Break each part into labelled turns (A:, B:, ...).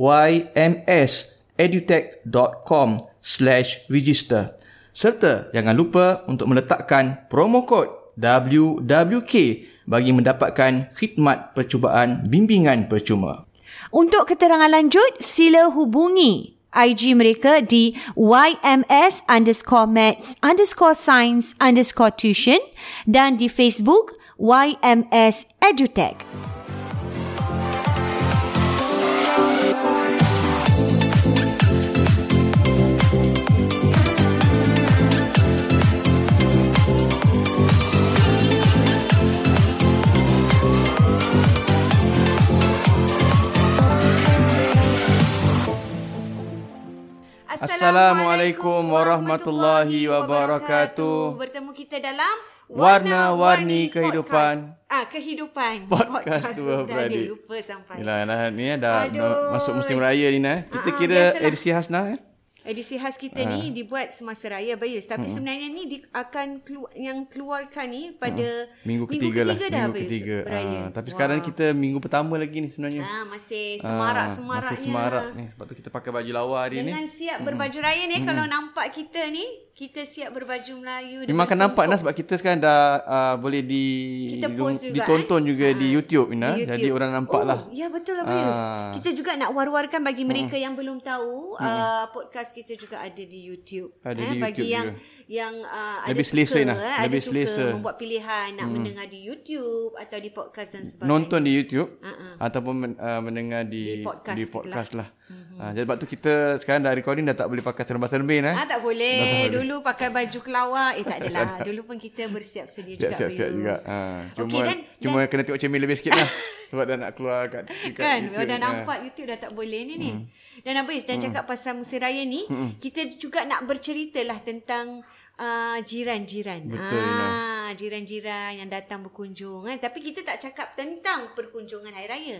A: ymsedutech.com slash register serta jangan lupa untuk meletakkan promo kod WWK bagi mendapatkan khidmat percubaan bimbingan percuma.
B: Untuk keterangan lanjut, sila hubungi IG mereka di YMS underscore maths underscore science underscore tuition dan di Facebook YMS Edutech.
A: Assalamualaikum warahmatullahi wabarakatuh.
B: Bertemu kita dalam
A: Warna-Warni Kehidupan.
B: Podcast. Ah, kehidupan.
A: Podcast
B: Dah
A: dua beradik.
B: Dia lupa sampai.
A: Yelah, nah, ni eh, dah
B: Aduh.
A: Aduh. masuk musim raya ni nah.
B: Ah, ah,
A: Kita kira
B: biasalah.
A: edisi Hasna kan?
B: Edisi khas kita
A: Ah.
B: ni dibuat semasa raya Bayus. Tapi
A: Hmm.
B: sebenarnya ni di, akan kelu, yang keluarkan ni pada
A: Hmm. Minggu
B: minggu
A: ketiga,
B: ketiga
A: lah.
B: dah
A: minggu
B: Bayus,
A: ketiga.
B: Beraya.
A: Ah, tapi sekarang kita minggu pertama lagi ni sebenarnya.
B: Ah, masih
A: Ah,
B: semarak-semaraknya.
A: Masih semarak ni. Sebab tu kita pakai baju lawa hari
B: Dengan
A: ni.
B: siap berbaju raya
A: Hmm.
B: ni kalau nampak kita ni, kita siap berbaju Melayu.
A: Memang akan
B: dengan
A: nampak Nah sebab kita sekarang dah uh, boleh di
B: Kita post juga,
A: ditonton
B: eh?
A: juga di YouTube Ina.
B: YouTube.
A: Jadi orang nampak
B: oh,
A: lah.
B: Ya betul lah Bayus.
A: Ah. Hmm.
B: Kita juga nak war-warkan bagi mereka yang belum tahu uh, podcast kita juga ada di YouTube. eh,
A: Ada di
B: bagi
A: YouTube
B: yang
A: juga.
B: yang uh, ada
A: Lebih
B: suka,
A: selesa,
B: eh,
A: Nah. Lebih
B: ada suka
A: selesa. Hmm.
B: membuat pilihan nak mendengar di YouTube atau di podcast dan sebagainya.
A: Nonton di YouTube
B: Ah,
A: ataupun men, uh, mendengar di
B: Di podcast Mhm.
A: di podcast lah. Ah, jadi sebab tu kita sekarang dah recording dah tak boleh pakai serba-serbin eh.
B: Ah tak boleh. Dulu pakai baju kelawar. Eh tak adalah. Dulu pun kita bersiap sedia juga.
A: Siap-siap
B: Bayus.
A: juga. Ha, cuma
B: Okey,
A: okay,
B: dan-
A: cuma kena tengok cermin lebih sikit lah. sebab dah nak keluar kat,
B: kan
A: kat YouTube Hmm.
B: YouTube, dah
A: ni, ah.
B: nampak YouTube dah tak boleh ni ni dan habis dan cakap pasal musim raya ni
A: Hmm.
B: kita juga nak berceritalah tentang uh, jiran-jiran
A: Betul,
B: ah jiran-jiran yang datang berkunjung kan tapi kita tak cakap tentang perkunjungan hari raya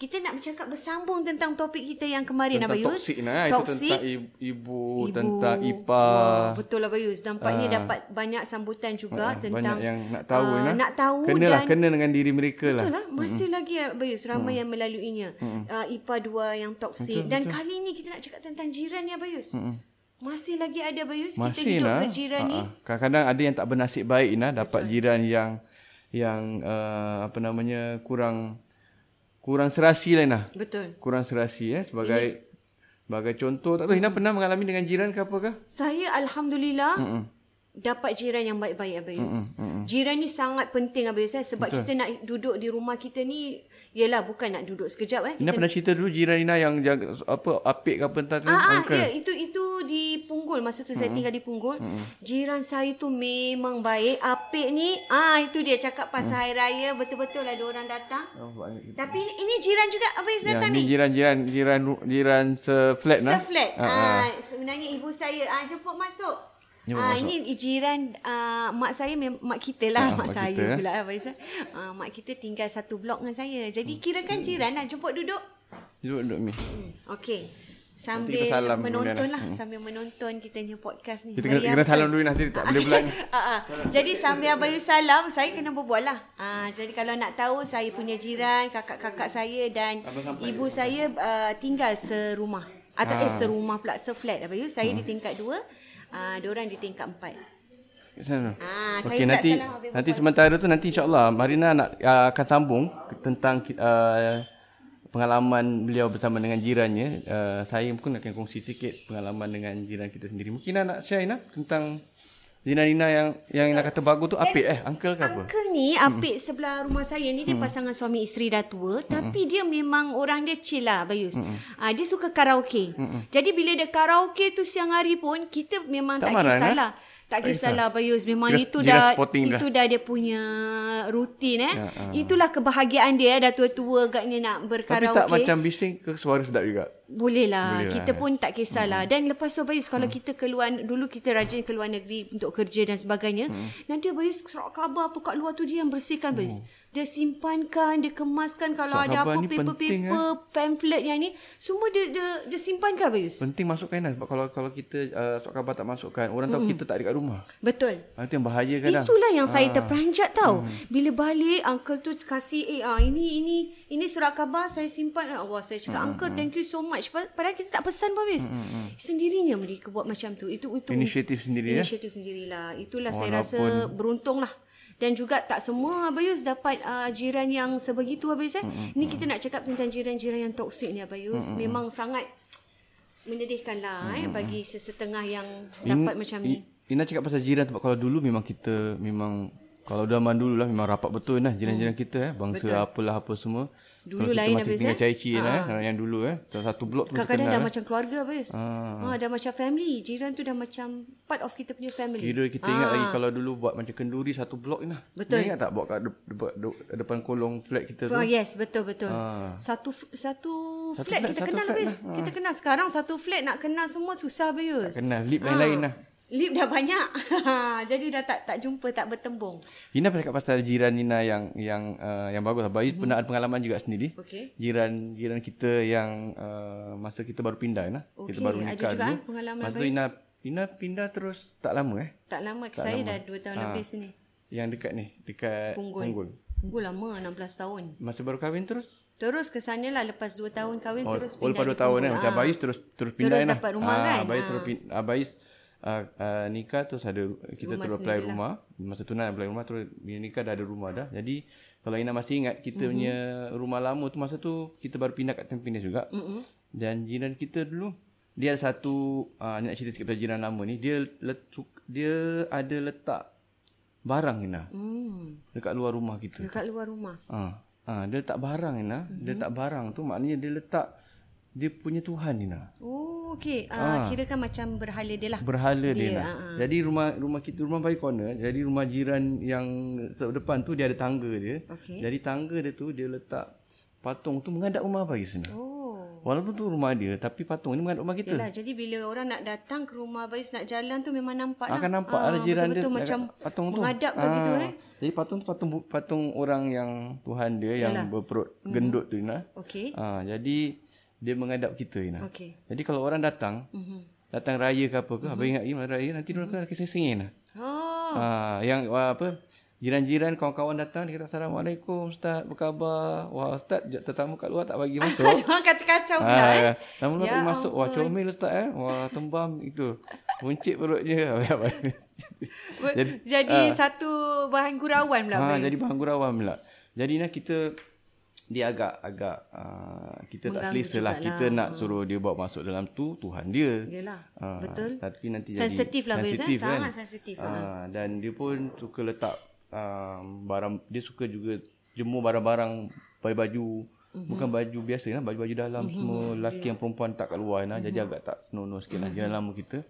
B: kita nak bercakap bersambung tentang topik kita yang kemarin
A: Tentang
B: Abayus
A: toksik nah, itu tentang ibu, ibu,
B: ibu.
A: tentang IPA.
B: Wah, betul lah Bayus nampaknya dapat banyak sambutan juga tentang
A: Ah, Banyak yang nak tahu
B: ah,
A: Ina.
B: nak tahu
A: Kenalah,
B: dan
A: kena dengan diri mereka lah.
B: Betul lah. Masih mm-hmm. lagi Bayus ramai mm-hmm. yang melaluinya. Mm-hmm. Uh, IPA 2 yang toksik dan betul. kali ni kita nak cakap tentang jiran ya Bayus. Mm-hmm. Masih lagi ada Bayus kita
A: Masih
B: hidup
A: lah.
B: berjiran
A: Ah,
B: ni.
A: ah. Kadang-kadang ada yang tak bernasib baik Ina dapat jiran yang yang uh, apa namanya kurang kurang serasi lah Ina.
B: Betul.
A: Kurang serasi eh sebagai sebagai contoh tak tahu Ina pernah mengalami dengan jiran ke apa ke?
B: Saya alhamdulillah mm dapat jiran yang baik-baik Abayus. Mm-mm. Jiran ni sangat penting Abayus eh sebab Betul. kita nak duduk di rumah kita ni ialah bukan nak duduk sekejap eh.
A: Ina pernah cerita dulu jiran Ina yang jaga, apa apik ke apa entah tu
B: Ah, ah
A: uncle.
B: ya, itu itu di Punggol masa tu saya tinggal di Punggol. Jiran saya tu memang baik. Apik ni, ah itu dia cakap pasal hari raya betul-betul lah dia orang datang. Tapi ini, ini jiran juga apa yang
A: Ya,
B: datang
A: ni
B: ni?
A: jiran-jiran jiran jiran se-flat nah.
B: Seflat.
A: Ah, ah.
B: Ah, sebenarnya ibu saya ah jemput masuk.
A: Jemput
B: ah
A: masuk.
B: ini jiran ah, mak saya mem- mak kita lah
A: Ah,
B: mak,
A: mak
B: saya
A: kita, eh.
B: pula ah, Faizal. Ah, mak kita tinggal satu blok dengan saya.
A: Hmm.
B: Jadi kirakan jiran lah jemput duduk.
A: Duduk duduk ni.
B: Hmm, Okey.
A: kita
B: Sambil
A: salam
B: menonton
A: kemudian Hmm.
B: lah. Sambil menonton kita punya podcast ni.
A: Kita kena,
B: Meriah
A: kena salam
B: betul.
A: dulu nanti tak boleh pula ni.
B: Ah, ah. Jadi sambil Abayu salam, saya kena berbual lah. Ah, jadi kalau nak tahu, saya punya jiran, kakak-kakak saya dan ibu saya uh, tinggal serumah. Atau
A: Ah.
B: eh serumah pula, seflat Abayu. Saya
A: Hmm.
B: di tingkat dua, ah, diorang di tingkat empat.
A: Sana.
B: Ah, saya
A: Okey
B: pula
A: nanti
B: salam habis
A: nanti
B: berbual.
A: sementara tu nanti insya-Allah Marina nak uh, akan sambung ke- tentang uh, pengalaman beliau bersama dengan jirannya. Uh, saya mungkin akan kongsi sikit pengalaman dengan jiran kita sendiri. Mungkin Ina nak share Ina tentang jiran Ina yang yang Ina kata bagus tu apik eh uncle ke apa? Mm.
B: Uncle ni apik sebelah rumah saya ni dia pasangan suami isteri dah tua tapi dia memang orang dia chill lah Bayus. Ah dia suka karaoke. Jadi bila dia karaoke tu siang hari pun kita memang
A: Tak
B: tak,
A: marah, eh?
B: kisahlah. Tak kisahlah Bayus memang
A: Dia-
B: itu
A: dia dah
B: dah
A: sporting dah. Ya, ah.
B: itu dah dia punya rutin eh. Itulah kebahagiaan dia eh, dah tua-tua agaknya nak
A: Tapi
B: berkaraoke.
A: tak macam bising ke suara sedap juga.
C: Boleh
A: Boleh
C: lah.
A: lah,
C: kita
A: eh. Hmm.
C: pun tak kisahlah. Dan lepas tu Abayus kalau kita keluar dulu kita rajin keluar negeri untuk kerja dan sebagainya.
A: Hmm.
C: Nanti Abayus surat khabar apa kat luar tu dia yang bersihkan Abayus. Dia simpankan, dia kemaskan kalau
A: Surat
C: ada
A: Hmm. khabar
C: apa
A: ni penting, eh.
C: paper-paper, pamphlet yang ni semua dia dia, dia simpankan Abayus.
A: Penting masukkan lah sebab kalau kalau kita uh, surat khabar tak masukkan, orang tahu kita tak ada kat rumah.
C: Betul.
A: Ah, itu yang bahaya Ah, kadang.
C: Itulah yang saya terperanjat
A: Hmm.
C: tau. Bila balik uncle tu kasih eh ah, ini ini ini surat khabar saya simpan. Ah, Wah
A: Hmm,
C: saya cakap uncle thank you so much. Pa- Padahal kita tak pesan pun habis. Sendirinya mereka buat macam tu. Itu itu
A: Inisiatif sendiri ya.
C: inisiatif sendirilah. Itulah
A: Orang
C: saya rasa beruntung lah. Dan juga tak semua Abayus dapat uh, jiran yang sebegitu Abayus eh. Mm-hmm. Ni kita nak cakap tentang jiran-jiran yang toksik ni Abayus. Mm-hmm. Memang sangat menyedihkan lah eh bagi sesetengah yang dapat macam ni.
A: Ina cakap pasal jiran sebab kalau dulu memang kita memang kalau zaman dulu lah memang rapat betul lah jiran-jiran kita eh bangsa Betul. apalah apa semua.
C: Mm. Dulu
A: kalau kita
C: lain
A: masih
C: habis,
A: tinggal
C: eh?
A: cai cina eh yang dulu eh satu blok tu kita
C: Kadang-kadang dah
A: kenal. eh. Ah.
C: macam keluarga Abayus. Ha, dah macam family. Jiran tu dah macam part of kita punya family.
A: Kira kita ingat lagi kalau dulu buat macam kenduri satu blok ni lah.
C: Ah. Betul.
A: Ina ingat tak buat kat de- de- de- depan kolong flat kita tu?
C: Oh, yes, betul betul.
A: Ah.
C: Satu f- satu
A: Satu
C: flat
A: flat,
C: kita
A: satu
C: kenal
A: flat lah. Ah.
C: Abayus. Kita kenal sekarang satu flat nak kenal semua susah Abayus.
A: Kenal lip lain-lain
C: Ah.
A: lah.
C: Lip dah banyak. Jadi dah tak tak jumpa, tak bertembung.
A: Ina pernah cakap pasal jiran Ina yang yang uh, yang bagus. Bayu hmm. pernah ada pengalaman juga sendiri.
C: Mhm. Okey.
A: Jiran jiran kita yang uh, masa kita baru pindah Ina.
C: Okey,
A: Kita baru
C: ada
A: nikah
C: juga,
A: dulu.
C: eh, pengalaman
A: masa tu
C: Bayu.
A: Ina Ina pindah terus tak Ha. lama eh.
C: Tak lama saya dah 2 tahun lebih sini.
A: Yang dekat ni, dekat
C: Punggol.
A: Punggol.
C: Tunggu lama 16 tahun.
A: Masa baru kahwin terus
C: Terus ke sana lah lepas 2 tahun kahwin
A: Oh,
C: terus
A: oh lepas 2
C: pindah.
A: tahun kan Macam Abayus terus terus pindah
C: Terus
A: kan
C: dapat rumah
A: Ah,
C: kan?
A: Abayus
C: Ah.
A: terus pindah Abayus uh, uh, nikah terus ada Kita terus apply rumah Masa tu nak apply rumah Terus bila nikah dah ada rumah dah Jadi Kalau Ina masih ingat Kita punya rumah lama tu Masa tu Kita baru pindah kat Tempinis juga Dan jiran kita dulu Dia ada satu uh, Nak cerita sikit pasal jiran lama ni Dia letuk, Dia ada letak Barang Ina
C: Hmm,
A: Dekat luar rumah kita
C: dekat luar rumah.
A: Ha. ha dia letak barang Ina. Mm-hmm. Dia letak barang tu maknanya dia letak dia punya Tuhan Ina.
C: Oh, okey.
A: Ah.
C: Uh, Kira kan macam berhala dia lah.
A: Berhala dia, Ina. Jadi rumah rumah kita rumah bayi corner, jadi rumah jiran yang depan tu dia ada tangga dia.
C: Okey.
A: Jadi tangga dia tu dia letak patung tu menghadap rumah bayi Ina.
C: Oh.
A: Walaupun tu rumah dia tapi patung ni menghadap rumah kita.
C: Yalah, jadi bila orang nak datang ke rumah Bayus nak jalan tu memang nampak lah.
A: Akan Ha, kan nampak
C: Ah,
A: ada jiran dia
C: betul-betul macam
A: dekat patung tu.
C: menghadap begitu
A: Ah.
C: eh.
A: Jadi patung tu patung patung orang yang Tuhan dia yang berperut gendut tu Ina.
C: Mhm. Okey.
A: Ha, jadi dia menghadap kita Ina.
C: Okey.
A: Jadi kalau orang datang, mm-hmm. datang raya ke apa ke, mm-hmm. abang ingat "Eh, raya nanti dia orang akan kesing-singin lah.
C: Oh,
A: Ah, yang ah, apa? Jiran-jiran kawan-kawan datang dia kata assalamualaikum ustaz, apa khabar? Wah ustaz tetamu kat luar tak bagi masuk.
C: orang kacau-kacau pula eh.
A: Ah, lama lama tak masuk. Wah, comel ustaz eh. Wah, tembam itu. Buncit perutnya.
C: Ber- jadi
A: Ah.
C: satu bahan gurauan pula.
A: ha, jadi bahan gurauan pula. Jadi nah kita dia agak agak uh, kita tak selesa lah. Kita nak
C: Ah.
A: suruh dia bawa masuk dalam tu Tuhan dia.
C: Yalah,
A: Ah,
C: betul.
A: Tapi nanti
C: Sensitif
A: jadi
C: lah Bayus eh.
A: sensitif kan.
C: Sangat sensitif.
A: Ah, dan dia pun suka letak um, barang dia suka juga jemur barang-barang baju-baju
C: Mhm.
A: mm-hmm. bukan baju biasa lah baju-baju dalam mm-hmm.
C: Ya.
A: semua lelaki yeah. yang perempuan tak kat luar nah. Mm-hmm.
C: Mhm.
A: Jadi agak tak senonoh sikit lah jalan lama kita.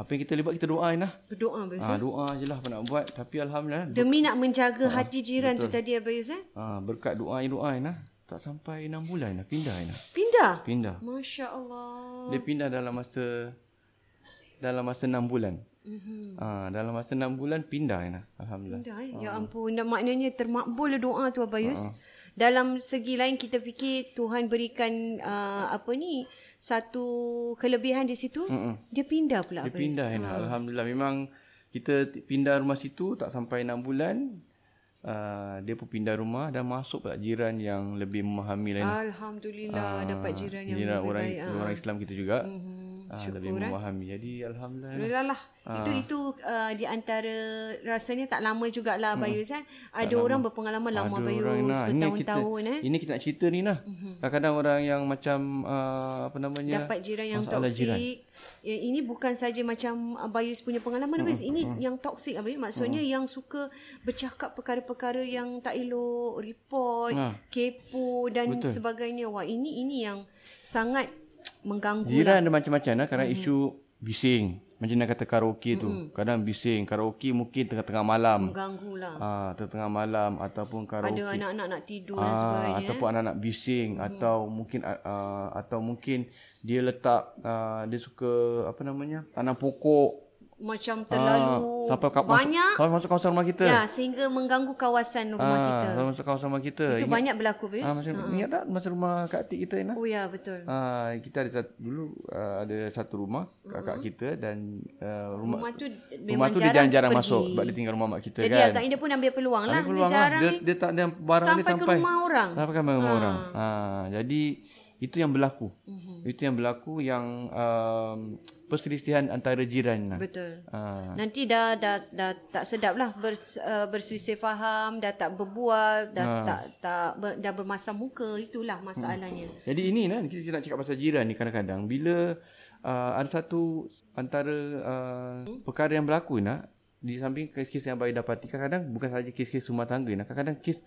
A: Apa yang kita boleh buat kita doa lah.
C: Berdoa Bayus.
A: Ha, doa je lah apa nak buat tapi alhamdulillah
C: Demi nak menjaga
A: Ah,
C: hati jiran tu tadi Bayus eh.
A: Ha, berkat doa doa Aina tak sampai 6 bulan Aina pindah Aina.
C: Pindah.
A: Pindah.
C: Masya Allah.
A: Dia pindah dalam masa dalam masa 6 bulan.
C: Mhm.
A: Mm-hmm. Ha, dalam masa 6 bulan pindah Aina. Alhamdulillah.
C: Dah, eh?
A: Ah.
C: Ya ampun. Dan maknanya termakbul lah doa tu Abayus. Dalam segi lain kita fikir Tuhan berikan uh, apa ni satu kelebihan di situ. Dia pindah pula
A: Dia
C: Abayus.
A: pindah Aina. Alhamdulillah memang kita t- pindah rumah situ tak sampai 6 bulan. Uh, dia pun pindah rumah dan masuk pula jiran yang lebih memahami lain.
C: Alhamdulillah Ah, dapat jiran yang
A: Ah, jiran
C: lebih
A: orang
C: baik. ah. Mhm. eh.
A: orang Islam kita juga. Mm-hmm. Ha, lebih memahami. Jadi alhamdulillah. Aina.
C: Alhamdulillah lah.
A: Ah.
C: Itu itu uh, di antara rasanya tak lama jugalah Abayus eh. Ada orang berpengalaman
A: Mm.
C: lama
A: Ada
C: Abayus
A: orang, Nah. Ini kita,
C: bertahun-tahun eh. Mhm.
A: Ini kita nak cerita ni nah. Kadang-kadang orang yang macam uh, apa namanya?
C: dapat jiran yang
A: masalah
C: toksik.
A: jiran.
C: Ya, ini bukan saja macam Abayus punya pengalaman Abayus.
A: Hmm,
C: Ini yang toksik Abayus. Maksudnya yang suka bercakap perkara-perkara yang tak elok, report,
A: Ha.
C: kepo dan sebagainya. Wah, ini ini yang sangat mengganggu. lah. Mhm.
A: Jiran ada macam-macam lah. Kadang isu bising. Macam nak kata karaoke tu. Mm-hmm. Kadang bising. Karaoke mungkin tengah-tengah malam.
C: Mengganggu lah.
A: Ah, tengah-tengah malam ataupun
C: Ada
A: karaoke.
C: anak-anak nak tidur dan
A: Ah,
C: sebagainya. eh. Mhm.
A: ataupun anak-anak bising hmm. atau mungkin uh, atau mungkin dia letak uh, dia suka apa namanya? tanam pokok.
C: Macam terlalu
A: Ah, sampai kat
C: banyak.
A: Masuk, Ah. sampai masuk kawasan rumah kita. Ah,
C: Ya, sehingga mengganggu kawasan rumah kita.
A: sampai masuk kawasan rumah kita.
C: Itu banyak berlaku, Bis.
A: ah, macam ingat tak masa rumah Kak Atik kita Ina?
C: Oh ya, betul.
A: Ah, kita ada satu, dulu ah, ada satu rumah kakak kita dan ah, rumah
C: Rumah tu
A: rumah
C: memang
A: tu dia jarang-jarang
C: pergi.
A: masuk sebab dia tinggal rumah mak kita
C: Jadi
A: kan.
C: agaknya dia pun ambil peluang lah.
A: Ada peluang
C: dia jarang
A: dia,
C: ni.
A: dia tak ada barang
C: sampai
A: dia
C: ke
A: sampai
C: rumah orang.
A: Sampai ke rumah orang. Ha, jadi itu yang berlaku. Mm-hmm.
C: Mhm.
A: Itu yang berlaku yang um, perselisihan antara jiran lah.
C: Betul.
A: Ha,
C: Nanti dah, dah dah tak sedap lah ber, uh, berselisih faham, dah tak berbual, dah
A: Hmm.
C: tak tak ber, dah bermasam muka. Itulah masalahnya.
A: jadi ini kan kita nak cakap pasal jiran ni kadang-kadang bila uh, ada satu antara uh, perkara yang berlaku nak di samping kes-kes yang baik dapati kadang-kadang bukan saja kes-kes rumah tangga nak kadang-kadang kes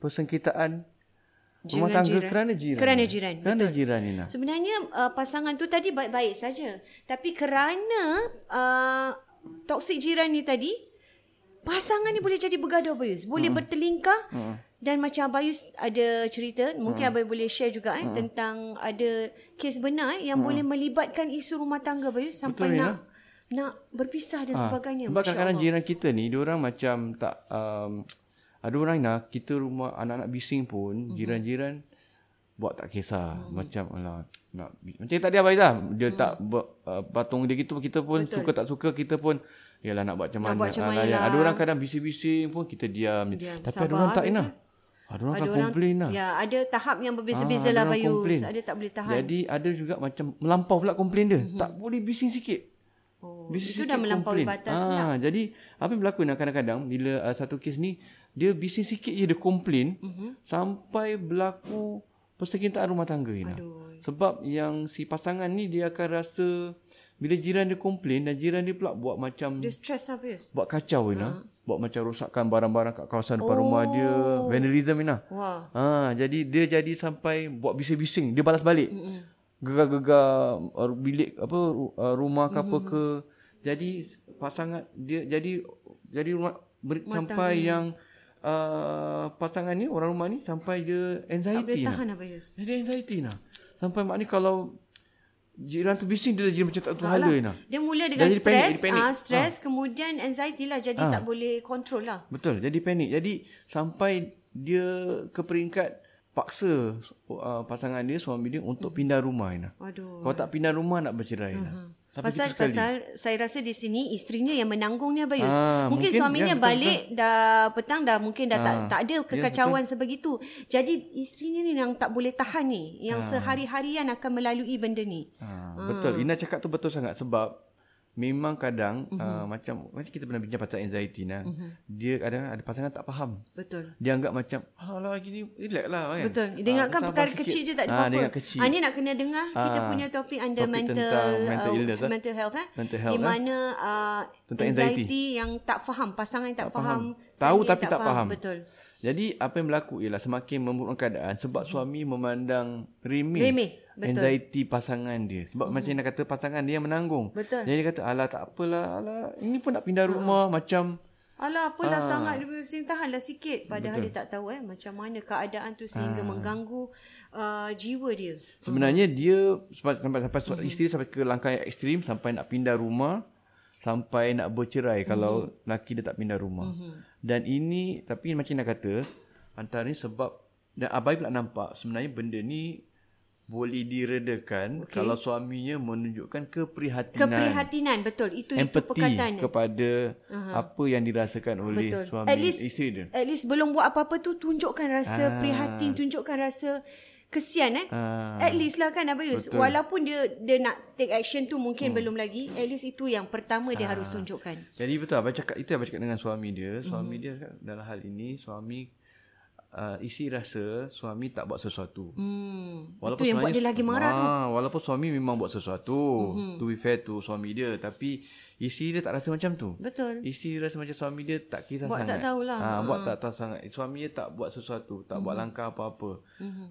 A: persengketaan rumah tangga kerana jiran.
C: Kerana jiran,
A: Kerana jiran ni nak.
C: Sebenarnya uh, pasangan tu tadi baik-baik saja. Tapi kerana uh, toksik jiran ni tadi, pasangan ni boleh jadi bergaduh Abayus. Boleh hmm. bertelingkah. Hmm. Dan macam Abayus ada cerita, mungkin hmm. Abayus boleh share juga eh, hmm. tentang ada kes benar eh, yang hmm. boleh melibatkan isu rumah tangga Abayus sampai Betul, nak nak berpisah dan ha. sebagainya.
A: Sebab kadang-kadang jiran kita ni diorang macam tak um, ada orang nak kita rumah anak-anak bising pun
C: Mhm.
A: mm-hmm. jiran-jiran buat tak kisah mm-hmm. macam alah nak bi- macam tadi abang Izzah dia
C: Mhm.
A: mm. tak ber, uh, patung dia gitu kita pun Betul. suka tak suka kita pun Yalah nak buat macam mana
C: buat macam
A: nak
C: mana
A: layan.
C: lah.
A: Ada orang kadang bising-bising pun kita diam, je.
C: Diam,
A: Tapi ada
C: sabar
A: orang tak
C: biasa.
A: Ina. Ada orang akan komplain lah.
C: Ya, ada tahap yang berbeza-beza
A: Ah,
C: lah
A: ada orang komplain.
C: Abayus. Ada tak boleh tahan.
A: Jadi ada juga macam melampau pula komplain dia. Mm-hmm. Tak boleh bising sikit.
C: Oh,
A: Bising
C: itu dah melampaui batas
A: ah,
C: pula.
A: Jadi apa yang berlaku nak kadang-kadang bila uh, satu kes ni dia bising sikit je dia komplain mm-hmm. sampai berlaku persekitaran rumah tangga Ina. Sebab yang si pasangan ni dia akan rasa bila jiran dia komplain dan jiran dia pula buat macam
C: Dia stres Abayus.
A: buat kacau Ina.
C: Hmm.
A: Buat macam rosakkan barang-barang kat kawasan depan rumah dia. Vandalism Ina.
C: Oh. Wah.
A: Ha, jadi dia jadi sampai buat bising-bising. Dia balas balik.
C: Hmm,
A: Mm-hmm. Gegar-gegar uh, bilik apa ru- uh, rumah ke
C: Hmm,
A: apa ke. Jadi pasangan dia jadi jadi rumah ber, sampai yang uh, pasangan ni orang rumah ni sampai dia
C: Tak boleh
A: anxiety nak.
C: tahan Abayus.
A: Jadi anxiety nak. Sampai mak ni kalau jiran tu bising dia dah jadi macam tak tahu hala nak.
C: Dia mula dengan
A: Jadi dia panik,
C: stres,
A: dia Ah. panik.
C: ah stres, kemudian anxiety lah jadi tak boleh kontrol lah.
A: Betul, jadi panik. Jadi sampai dia ke peringkat paksa uh, pasangan dia suami dia untuk pindah rumah Ina.
C: Aduh.
A: Kalau tak pindah rumah nak bercerai Ina.
C: Mhm.
A: Sampai
C: pasal
A: situ sekali.
C: pasal saya rasa di sini istrinya yang menanggungnya Bayus.
A: Ah,
C: mungkin,
A: mungkin, ya, Ah.
C: suaminya
A: betul,
C: balik dah petang dah mungkin dah tak tak ada kekacauan sebegitu. Jadi istrinya ni yang tak boleh tahan ni,
A: Ah.
C: yang sehari-harian akan melalui benda ni.
A: Ha, betul. Ina cakap tu betul sangat sebab memang kadang
C: Mhm.
A: uh, macam macam kita pernah bincang pasal anxiety nah. Dia kadang ada pasangan tak faham.
C: Betul.
A: Dia anggap macam alah gini relax lah kan.
C: Betul. Dia
A: Ah,
C: ingatkan
A: sabar
C: perkara
A: sikit.
C: kecil je tak ada
A: Ah,
C: apa-apa.
A: dia ingat kecil.
C: Ah, ni nak kena dengar kita
A: Ah,
C: punya topik under
A: topik
C: mental uh,
A: tentang mental illness, eh?
C: mental health eh.
A: Mental health,
C: di
A: eh?
C: mana uh,
A: Tentang
C: anxiety.
A: anxiety.
C: yang tak faham, pasangan yang tak,
A: Tahu
C: faham. family yang
A: tapi tak faham.
C: Betul.
A: Jadi apa yang berlaku ialah semakin memburuk keadaan sebab suami memandang remeh,
C: Remeh, betul. Hmm.
A: anxiety pasangan dia. Sebab macam dia kata pasangan dia yang menanggung.
C: Betul.
A: Jadi dia kata alah tak apalah alah ini pun nak pindah rumah macam
C: Alah
A: Ah.
C: apalah ha. sangat lebih pusing tahanlah sikit padahal Betul. dia tak tahu eh macam mana keadaan tu
A: Ah.
C: sehingga ha. mengganggu uh, jiwa dia.
A: sebenarnya dia sampai sampai, sampai mm-hmm. isteri sampai ke langkah yang ekstrim sampai nak pindah rumah sampai nak bercerai mm-hmm.
C: Mhm.
A: kalau laki dia tak pindah rumah. Mm-hmm. Dan ini tapi macam nak kata antaranya sebab dan abai pula nampak sebenarnya benda ni boleh diredakan okay. kalau suaminya menunjukkan keprihatinan
C: Keprihatinan betul itu itu
A: empati
C: perkataan.
A: kepada uh-huh. apa yang dirasakan oleh
C: Betul.
A: betul. suami
C: At least-
A: isteri dia.
C: At least belum buat apa-apa tu tunjukkan rasa ha. prihatin, tunjukkan rasa kesian eh.
A: Ah.
C: At least lah kan Abayus. Betul. Walaupun dia dia nak take action tu mungkin hmm. belum lagi, at least itu yang
A: Ah.
C: pertama dia harus tunjukkan.
A: Jadi betul lah, abang cakap itu abang cakap dengan suami dia. Suami mm-hmm. dia cakap, dalam hal ini suami uh, isi rasa suami tak buat sesuatu.
C: Hmm. itu yang buat dia
A: sebenarnya-
C: lagi marah tu. Hmm.
A: Ah, Walaupun suami memang buat sesuatu. Mm-hmm. To be fair to suami dia tapi isteri dia tak rasa macam tu.
C: Betul.
A: Isteri rasa macam suami dia tak kisah
C: Mm. Buat
A: sangat.
C: tak tahulah. Mm-hmm.
A: Ha, buat tak tahu sangat. Suami dia tak buat sesuatu, tak buat langkah apa-apa.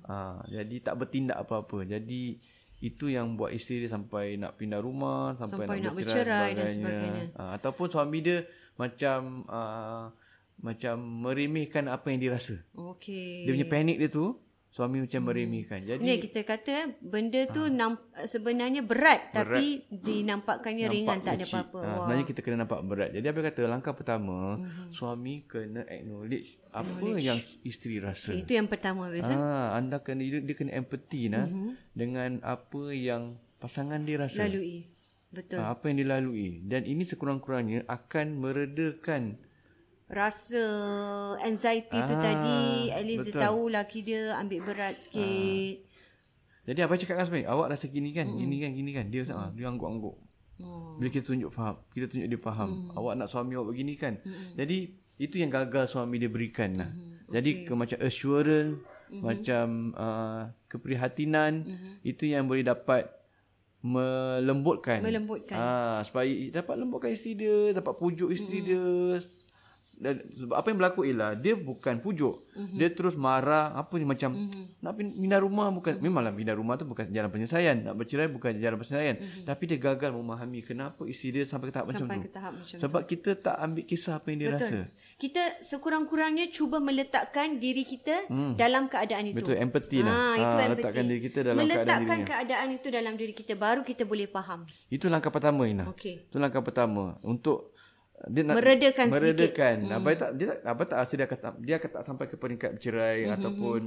A: Ha, jadi tak bertindak apa-apa. Jadi Itu yang buat isteri dia sampai nak pindah rumah, sampai,
C: Sampai nak
A: nak
C: bercerai
A: bercerai,
C: dan
A: Ha, ataupun suami dia macam uh, macam meremehkan apa yang dia rasa.
C: Okey.
A: Dia
C: Eh.
A: punya panik dia tu, suami macam
C: Hmm.
A: meremehkan. Jadi
C: Ni kita kata eh, benda
A: Ah.
C: tu namp- sebenarnya berat, tapi dinampakkannya ringan tak ada
A: Hmm. kecil.
C: apa-apa.
A: Ha, sebenarnya kita kena nampak berat. Jadi apa kata langkah pertama,
C: Mm-hmm.
A: suami kena acknowledge apa yang isteri rasa.
C: Itu yang pertama biasa.
A: Hmm. Ah, anda kena dia, dia kena empathy nah
C: Mhm.
A: dengan apa yang pasangan dia rasa.
C: Lalui. Betul.
A: Ah, apa yang dilalui dan ini sekurang-kurangnya akan meredakan
C: Rasa anxiety tu tadi at least
A: Ah.
C: dia
A: betul. Ah.
C: tahu laki dia ambil berat sikit.
A: jadi abang cakap kan sebenarnya awak rasa gini kan gini kan gini kan dia mm. dia angguk-angguk
C: Oh.
A: bila kita tunjuk faham kita tunjuk dia faham
C: Mm.
A: awak nak suami awak begini kan jadi itu yang gagal suami dia berikan lah
C: Mm-hmm.
A: jadi ke, macam assurance macam uh, keprihatinan
C: Mm-hmm.
A: itu yang boleh dapat melembutkan
C: Melembutkan.
A: ah supaya dapat lembutkan isteri dia dapat pujuk isteri
C: Hmm.
A: dia dan sebab apa yang berlaku ialah dia bukan pujuk
C: Mhm.
A: dia terus marah apa ni macam nak pin- pindah rumah bukan
C: Mhm.
A: memanglah pindah rumah tu bukan jalan penyelesaian nak bercerai bukan jalan penyelesaian tapi dia gagal memahami kenapa isteri dia sampai ke tahap
C: Mhm. Sampai
A: macam
C: ke
A: tu
C: tahap macam
A: sebab kita tak ambil kisah apa yang dia rasa
C: Kita sekurang-kurangnya cuba meletakkan diri kita dalam keadaan
A: Hmm.
C: itu.
A: Betul, empathy lah.
C: Ah, itu
A: Ah,
C: empathy.
A: letakkan diri kita dalam keadaan
C: Meletakkan
A: dirinya.
C: keadaan itu dalam diri kita baru kita boleh faham.
A: itu langkah pertama Ina
C: Okey.
A: itu langkah pertama untuk dia nak
C: Meredakan sedikit. Hmm.
A: meredakan sedikit. Abai tak dia tak abai tak rasa dia akan sam- dia akan tak sampai ke peringkat
C: Hmm,
A: bercerai ataupun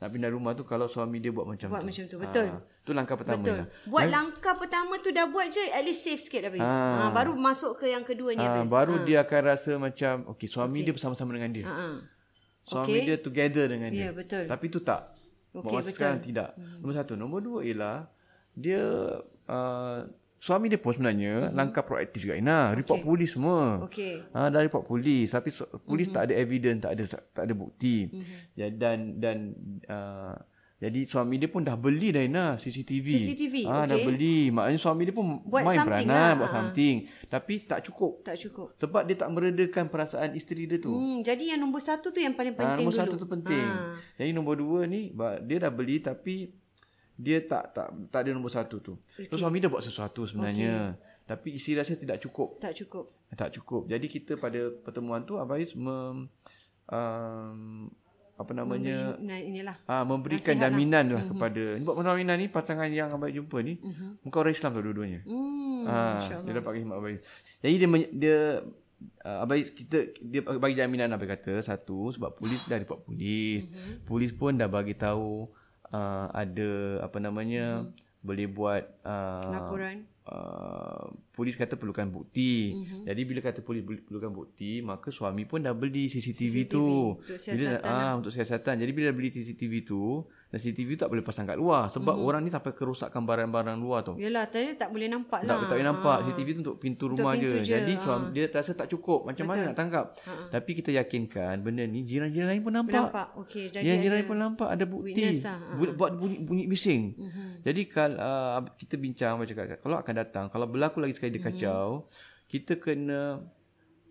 A: nak pindah rumah tu kalau suami dia buat macam
C: Buat
A: tu.
C: macam tu, betul.
A: Ah, itu langkah pertama
C: Betul.
A: Ina.
C: Buat langkah pertama tu dah buat je at least safe sikit Abis. Ha. baru masuk ke yang kedua ni
A: Ah,
C: Abis.
A: baru dia akan rasa macam okey suami dia bersama-sama dengan dia.
C: Ha.
A: Suami
C: Okey.
A: dia together dengan dia.
C: Ya, betul.
A: Tapi tu tak. Okay, masa
C: Okey, betul. Hmm.
A: sekarang tidak. Nombor satu, nombor dua ialah dia uh, suami dia pun sebenarnya langkah proaktif juga Ina, report polis semua.
C: Hmm. Okey.
A: Ha,
C: Hmm.
A: dah report polis tapi so, polis tak ada evidence, tak ada tak ada bukti. Ya, dan dan uh, jadi suami dia pun dah beli dah Ina CCTV.
C: CCTV,
A: Ah dah
C: okey.
A: beli. Maknanya suami dia pun
C: Buat
A: main
C: something
A: peranan,
C: lah,
A: buat
C: ha.
A: something. Tapi tak cukup.
C: Tak cukup.
A: Sebab dia tak meredakan perasaan isteri dia tu.
C: Hmm, jadi yang nombor satu tu yang paling
A: Ah,
C: penting
A: nombor
C: dulu. Ha. Ah,
A: satu tu penting. Jadi nombor dua ni ba- dia dah beli tapi dia tak tak tak ada nombor satu tu. Okay. So suami dia buat sesuatu sebenarnya. Okay. Tapi isteri rasa tidak cukup.
C: Tak cukup.
A: Tak cukup. Jadi kita pada pertemuan tu Abais mem, um, apa namanya
C: Nah, inilah.
A: Ah memberikan jaminan
C: Mhm.
A: lah kepada ni buat perkahwinan ni pasangan yang abai jumpa ni uh-huh. muka orang Islam tau dua-duanya.
C: Hmm,
A: ah dia dapat khidmat abai. Jadi dia men- dia uh, abai kita dia bagi jaminan abai kata satu sebab polis dah report polis.
C: Mhm.
A: Uh-huh. Polis pun dah bagi tahu uh, ada apa namanya uh-huh. boleh buat uh,
C: Mhm. laporan.
A: uh, polis kata perlukan bukti.
C: Mhm.
A: Mm-hmm. Jadi bila kata polis bel- perlukan bukti, maka suami pun dah beli CCTV, tu.
C: untuk lah.
A: bila ah untuk siasatan. Jadi bila dah beli CCTV tu, dan CCTV tu tak boleh pasang kat luar sebab
C: Mhm.
A: mm-hmm. orang ni sampai kerosakkan barang-barang luar tu.
C: Yalah, tadi tak boleh nampak
A: Tak,
C: lah.
A: tak boleh nampak CCTV tu untuk pintu rumah
C: pintu
A: je.
C: je, ah.
A: Jadi suami, dia rasa tak cukup. Macam mana nak tangkap? Tapi kita yakinkan benda ni jiran-jiran lain pun nampak.
C: Ah, Nampak. Okey, jadi
A: Yang jiran pun nampak ada bukti.
C: witness lah,
A: Bu- buat bunyi bunyi bising.
C: Mhm.
A: Mm-hmm. Jadi kalau uh, kita bincang macam cakap kalau akan datang, kalau berlaku lagi sekali dia
C: Mhm.
A: mm-hmm. kacau, kita kena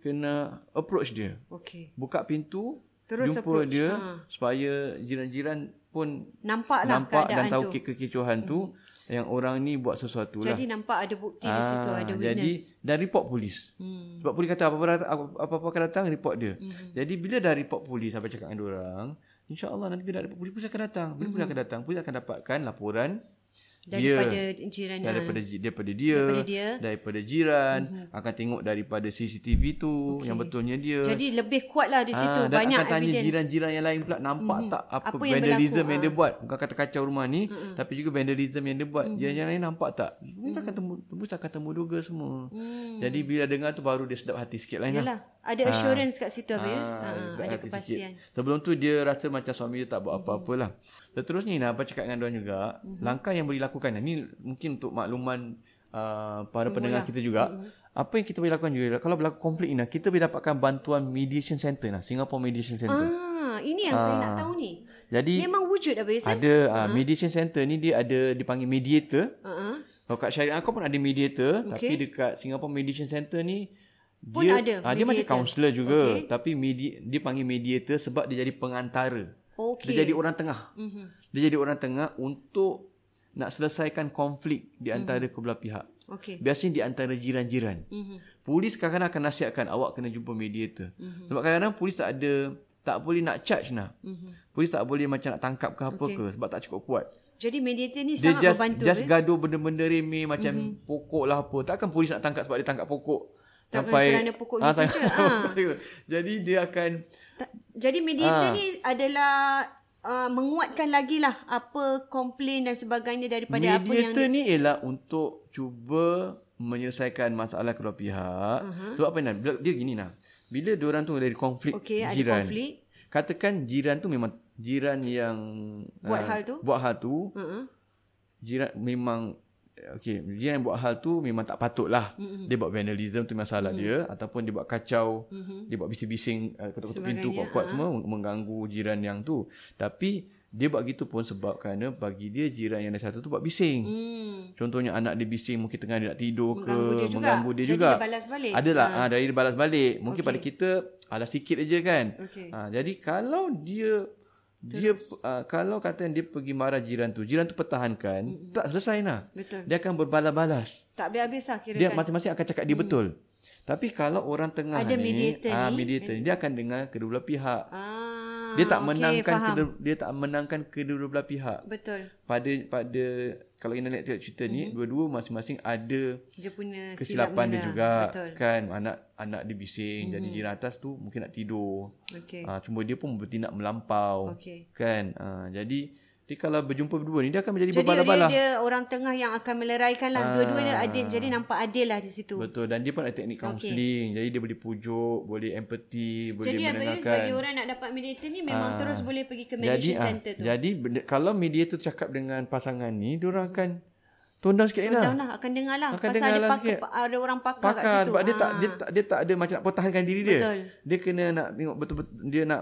A: kena approach dia.
C: Okey.
A: Buka pintu,
C: Terus
A: jumpa
C: approach,
A: dia
C: ha.
A: supaya jiran-jiran pun
C: Nampak lah
A: nampak
C: keadaan
A: dan tahu
C: tu. Mhm.
A: ke- kekecohan tu yang orang ni buat sesuatu lah. Ah,
C: Jadi nampak ada bukti di situ, ada
A: Jadi
C: witness.
A: dan report polis.
C: Hmm.
A: Sebab polis kata apa-apa dat- apa- apa-apa akan datang report dia. Mm-hmm. Jadi bila dah report polis sampai cakap dengan orang, insya-Allah nanti bila ada report polis polis akan datang. Bila mm-hmm. polis
C: Hmm.
A: akan datang, polis akan dapatkan laporan
C: Daripada
A: dia
C: jiran.
A: daripada ji- daripada dia,
C: Daripada dia. Hmm.
A: daripada jiran, mm-hmm. akan tengok daripada CCTV tu okay. yang betulnya dia.
C: Ah, Jadi lebih kuat lah di
A: Ah,
C: situ.
A: dan
C: Banyak
A: akan tanya
C: evidence. Mhm.
A: jiran-jiran yang lain pula nampak mm-hmm. tak apa,
C: Apa
A: apa
C: yang
A: vandalism
C: berlaku, ah.
A: yang, dia buat bukan kata kacau rumah ni mm-hmm. tapi juga vandalism yang dia buat mm-hmm. jiran-jiran lain nampak tak mm-hmm. kita akan temu tembus akan temu duga semua mm. jadi bila dengar tu baru dia sedap hati sikit lain lah.
C: Yalah, ada assurance kat situ habis.
A: Ah,
C: Ah,
A: dia sedap
C: ada
A: hati
C: kepastian.
A: sikit. Sebelum tu dia rasa macam suami dia tak buat apa-apa lah. Seterusnya ni apa cakap dengan diorang juga,
C: Mm-hmm.
A: langkah yang boleh lakukan. Ini mungkin untuk makluman uh, para pendengar kita juga. Apa yang kita boleh lakukan juga, kalau berlaku konflik ni, kita boleh dapatkan bantuan mediation center lah. Singapore Mediation Center.
C: Ah,
A: Ha.
C: ini yang saya nak tahu ni.
A: Jadi
C: Memang wujud habis. eh?
A: ada uh, mediation center ni dia ada dipanggil mediator.
C: Ah, ah.
A: Kalau kat syariah kau pun ada mediator okay. tapi dekat Singapore Mediation Center ni
C: Pun
A: dia
C: ada
A: ah, dia macam
C: mediator.
A: kaunselor juga okay. tapi media, dia panggil mediator sebab dia jadi pengantara.
C: Okey. Mhm.
A: Dia jadi orang tengah. Mm-hmm. Dia jadi orang tengah untuk nak selesaikan konflik
C: Mhm.
A: di antara mm-hmm. kedua belah pihak.
C: Okey.
A: Biasanya di antara jiran-jiran.
C: Mhm.
A: Mm-hmm. Polis kadang-kadang akan nasihatkan awak kena jumpa mediator.
C: Mhm.
A: Mm-hmm. Sebab kadang-kadang polis tak ada tak boleh nak charge nah. Mm-hmm. Polis tak boleh macam nak tangkap ke apa okay. ke sebab tak cukup kuat.
C: Jadi mediator ni
A: Dia
C: sangat
A: just,
C: membantu. Mhm.
A: just
C: eh?
A: gaduh benda-benda remeh macam mm-hmm. pokok lah apa. Takkan polis nak tangkap sebab dia tangkap pokok.
C: Tak kerana pokok gitu
A: tangkap
C: je, ah.
A: pokok gitu. Jadi dia akan
C: Ta- Jadi mediator
A: Ah.
C: ni adalah uh, menguatkan lagi lah apa komplain dan sebagainya daripada apa yang
A: mediator ni ialah untuk cuba menyelesaikan masalah kedua pihak. Uh-huh. Sebab apa nak bila dia gini nah. Bila diorang tu dari konflik
C: Okey, ada
A: jiran.
C: konflik.
A: Katakan jiran tu memang jiran yang
C: Buat
A: ah,
C: hal tu?
A: Buat hal tu
C: uh-huh.
A: jiran memang okey dia yang buat hal tu memang tak patut lah mm-hmm. dia buat vandalism tu masalah mm-hmm. dia ataupun dia buat kacau mm-hmm. dia buat bising-bising uh, ketuk-ketuk pintu
C: Sebagainya,
A: kuat-kuat semua mengganggu jiran yang tu tapi dia buat gitu pun sebab kerana bagi dia jiran yang ada satu tu buat bising
C: hmm.
A: Contohnya anak dia bising mungkin tengah dia nak tidur
C: Mengganggu
A: ke
C: dia juga.
A: mengganggu dia
C: Jadi
A: juga.
C: dia balas balik.
A: Adalah ha. dari dia balas balik. Mungkin
C: Okey.
A: okay. pada kita ala sikit aja kan.
C: Okey.
A: Ha, jadi kalau dia dia uh, kalau kata dia pergi marah jiran tu, jiran tu pertahankan, mm-hmm. tak selesai lah.
C: Betul.
A: Dia akan berbalas-balas.
C: tak habis-habis lah kira
A: Dia
C: kan
A: masing-masing akan cakap dia betul. Tapi kalau orang tengah
C: Ada
A: ni,
C: mediator
A: ah,
C: ni.
A: mediator ni, dia akan dengar kedua belah pihak.
C: ah,
A: dia tak
C: okey,
A: menangkan
C: faham.
A: kedua, dia tak menangkan kedua belah pihak
C: betul
A: pada pada kalau kita nak tengok cerita ni mm-hmm. dua-dua masing-masing ada
C: dia punya
A: kesilapan dia juga
C: betul
A: kan anak anak dia bising mm-hmm. jadi jiran atas tu mungkin nak tidur okay.
C: okey
A: uh, cuma dia pun bertindak melampau
C: Okey.
A: kan uh, jadi dia kalau berjumpa berdua ni dia akan menjadi
C: jadi dia,
A: berbala-bala
C: dia orang tengah yang akan
A: Ah.
C: meleraikan lah dua-dua dia adil jadi nampak adil lah di situ
A: betul dan dia pun ada teknik kaunseling okay. jadi dia boleh pujuk boleh empati boleh
C: jadi apa Yus
A: mendengarkan Ah.
C: bagi orang nak dapat mediator ni memang terus boleh pergi ke mediation
A: jadi ah,
C: center tu
A: jadi benda, kalau media tu cakap dengan pasangan ni dia orang akan tone down sikit Ina.
C: Dah lah akan dengar lah
A: Akan
C: pasal
A: dengar
C: ada
A: lah
C: pakar,
A: sikit.
C: ada orang pakar, kat
A: pakar
C: situ
A: sebab dia tak
C: Ah.
A: dia Hmm. tak dia tak ada macam nak pertahankan diri dia.
C: Betul.
A: Dia kena nak tengok betul-betul dia nak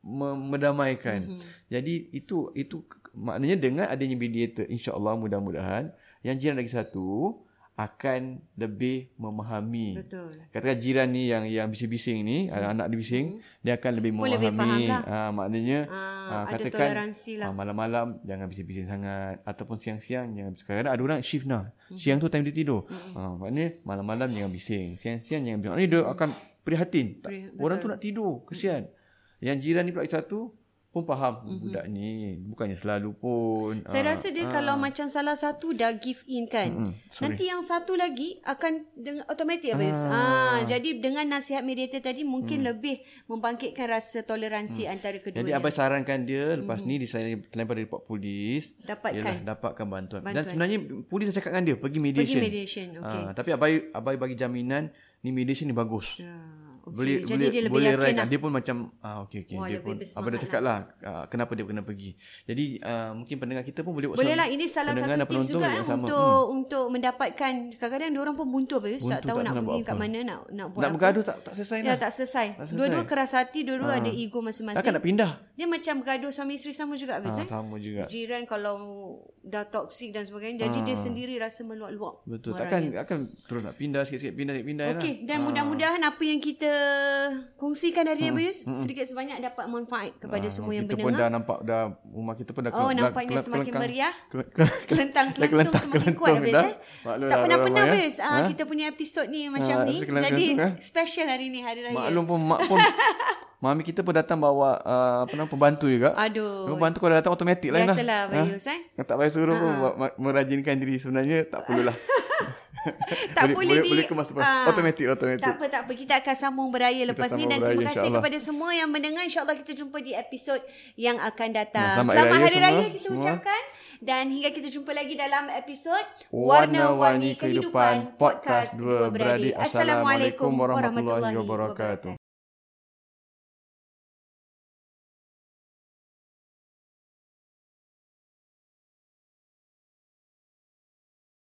A: me- mendamaikan. Mm-hmm. Jadi itu itu ke- maknanya dengan adanya mediator insya-Allah mudah-mudahan yang jiran lagi satu akan lebih memahami.
C: betul
A: Katakan jiran ni yang yang bising-bising ni, anak-anak dia bising, dia akan lebih
C: Pun Hmm. lebih
A: memahami.
C: faham lah.
A: ha, maknanya
C: Ah,
A: ha,
C: ada
A: katakan
C: toleransi lah.
A: ha, malam-malam jangan bising-bising sangat ataupun siang-siang jangan kadang-kadang ada orang shift nah.
C: Hmm.
A: Siang tu time dia tidur. Ha, maknanya malam-malam jangan bising, siang-siang jangan bising. Ni dia
C: Hmm.
A: akan prihatin. Tak,
C: Perih-
A: orang tu nak tidur, kesian. Yang jiran ni pula lagi satu pun faham mm-hmm. budak ni bukannya selalu pun
C: Hmm.
A: ah,
C: Saya rasa dia kalau macam salah satu dah give in kan.
A: Mm-mm, sorry.
C: nanti yang satu lagi akan dengan automatik apa Yus. Ah, jadi dengan nasihat mediator tadi mungkin lebih membangkitkan rasa toleransi antara kedua.
A: Hmm. Jadi abang sarankan dia lepas mm-hmm.
C: Hmm.
A: ni dia selain selain pada report polis
C: Dapatkan.
A: ialah dapatkan bantuan. bantuan. Dan
C: Bantuan.
A: sebenarnya polis dah cakap dengan dia pergi mediation.
C: mediation, okey.
A: Ah, tapi abai abai bagi jaminan ni mediation ni bagus.
C: Ah, okay.
A: Boleh
C: jadi
A: boleh
C: dia lebih
A: boleh
C: yakin lah.
A: dia pun macam ah okey okey
C: Wah,
A: dia
C: lebih
A: pun
C: bersemangat
A: apa dah cakap lah ah, kenapa dia kena pergi. Jadi ah, mungkin pendengar kita pun boleh buat
C: Boleh
A: sama.
C: lah ini salah
A: Pendengar dan
C: satu tips
A: penonton
C: juga
A: buat
C: eh,
A: sama. Hmm.
C: untuk untuk mendapatkan kadang-kadang dia orang pun buntu apa Yus. Tak
A: Buntu,
C: tahu
A: tak
C: nak
A: nak buat
C: pergi kat
A: apa.
C: mana nak nak buat.
A: Nak
C: apa.
A: bergaduh tak tak selesai
C: Ya
A: lah.
C: tak selesai.
A: Tak selesai. Ha.
C: Dua-dua keras hati, dua-dua ada ego
A: Takkan
C: masing-masing.
A: nak pindah.
C: Dia macam bergaduh suami isteri sama juga habis
A: Ah,
C: eh.
A: sama juga. Ha.
C: jiran kalau dah toksik dan sebagainya jadi dia sendiri rasa meluap-luap
A: Betul takkan akan terus nak pindah sikit-sikit pindah pindah lah.
C: Okey, dan mudah-mudahan apa yang kita kongsikan hari ini, Abayus, sedikit sebanyak dapat manfaat kepada semua yang
A: Hmm. Ha, Ah, kita pun
C: mendengar.
A: dah nampak dah rumah kita pun dah
C: Oh,
A: kel- dah
C: nampaknya
A: keleng-
C: semakin
A: kelengkang-
C: meriah.
A: keleng- keleng- dah
C: Kelentang-kelentung
A: kelentang-
C: semakin kuat,
A: kelentong
C: Abayus.
A: dah.
C: Eh?
A: Maklum
C: Tak
A: dah
C: pernah
A: orang
C: pernah,
A: ramai, eh.
C: Abayus.
A: Ha?
C: Ha? Kita punya episod ni macam
A: Ah,
C: ni.
A: kelentang-kelentong,
C: Jadi,
A: eh?
C: special hari ni, Hari Raya.
A: Maklum pun mak pun mami kita pun datang bawa uh, apa nama pembantu juga.
C: Aduh.
A: Pembantu kalau datang automatik lah.
C: Biasalah, Abayus. Eh?
A: Ha? Tak payah suruh pun buat- merajinkan diri sebenarnya tak perlulah. boleh,
C: tak boleh,
A: boleh,
C: di,
A: boleh kemas apa.
C: Ah.
A: automatik automatik.
C: Tak apa tak apa kita akan sambung beraya lepas ni
A: sambung
C: dan
A: beraya,
C: terima kasih
A: insyaAllah.
C: kepada semua yang mendengar insyaallah kita jumpa di episod yang akan datang.
A: Selamat
C: Selamat,
A: Hari Raya
C: hari raya,
A: semua,
C: kita
A: semua.
C: ucapkan dan hingga kita jumpa lagi dalam episod
A: Warna-warni kehidupan podcast dua beradik. Assalamualaikum warahmatullahi wabarakatuh.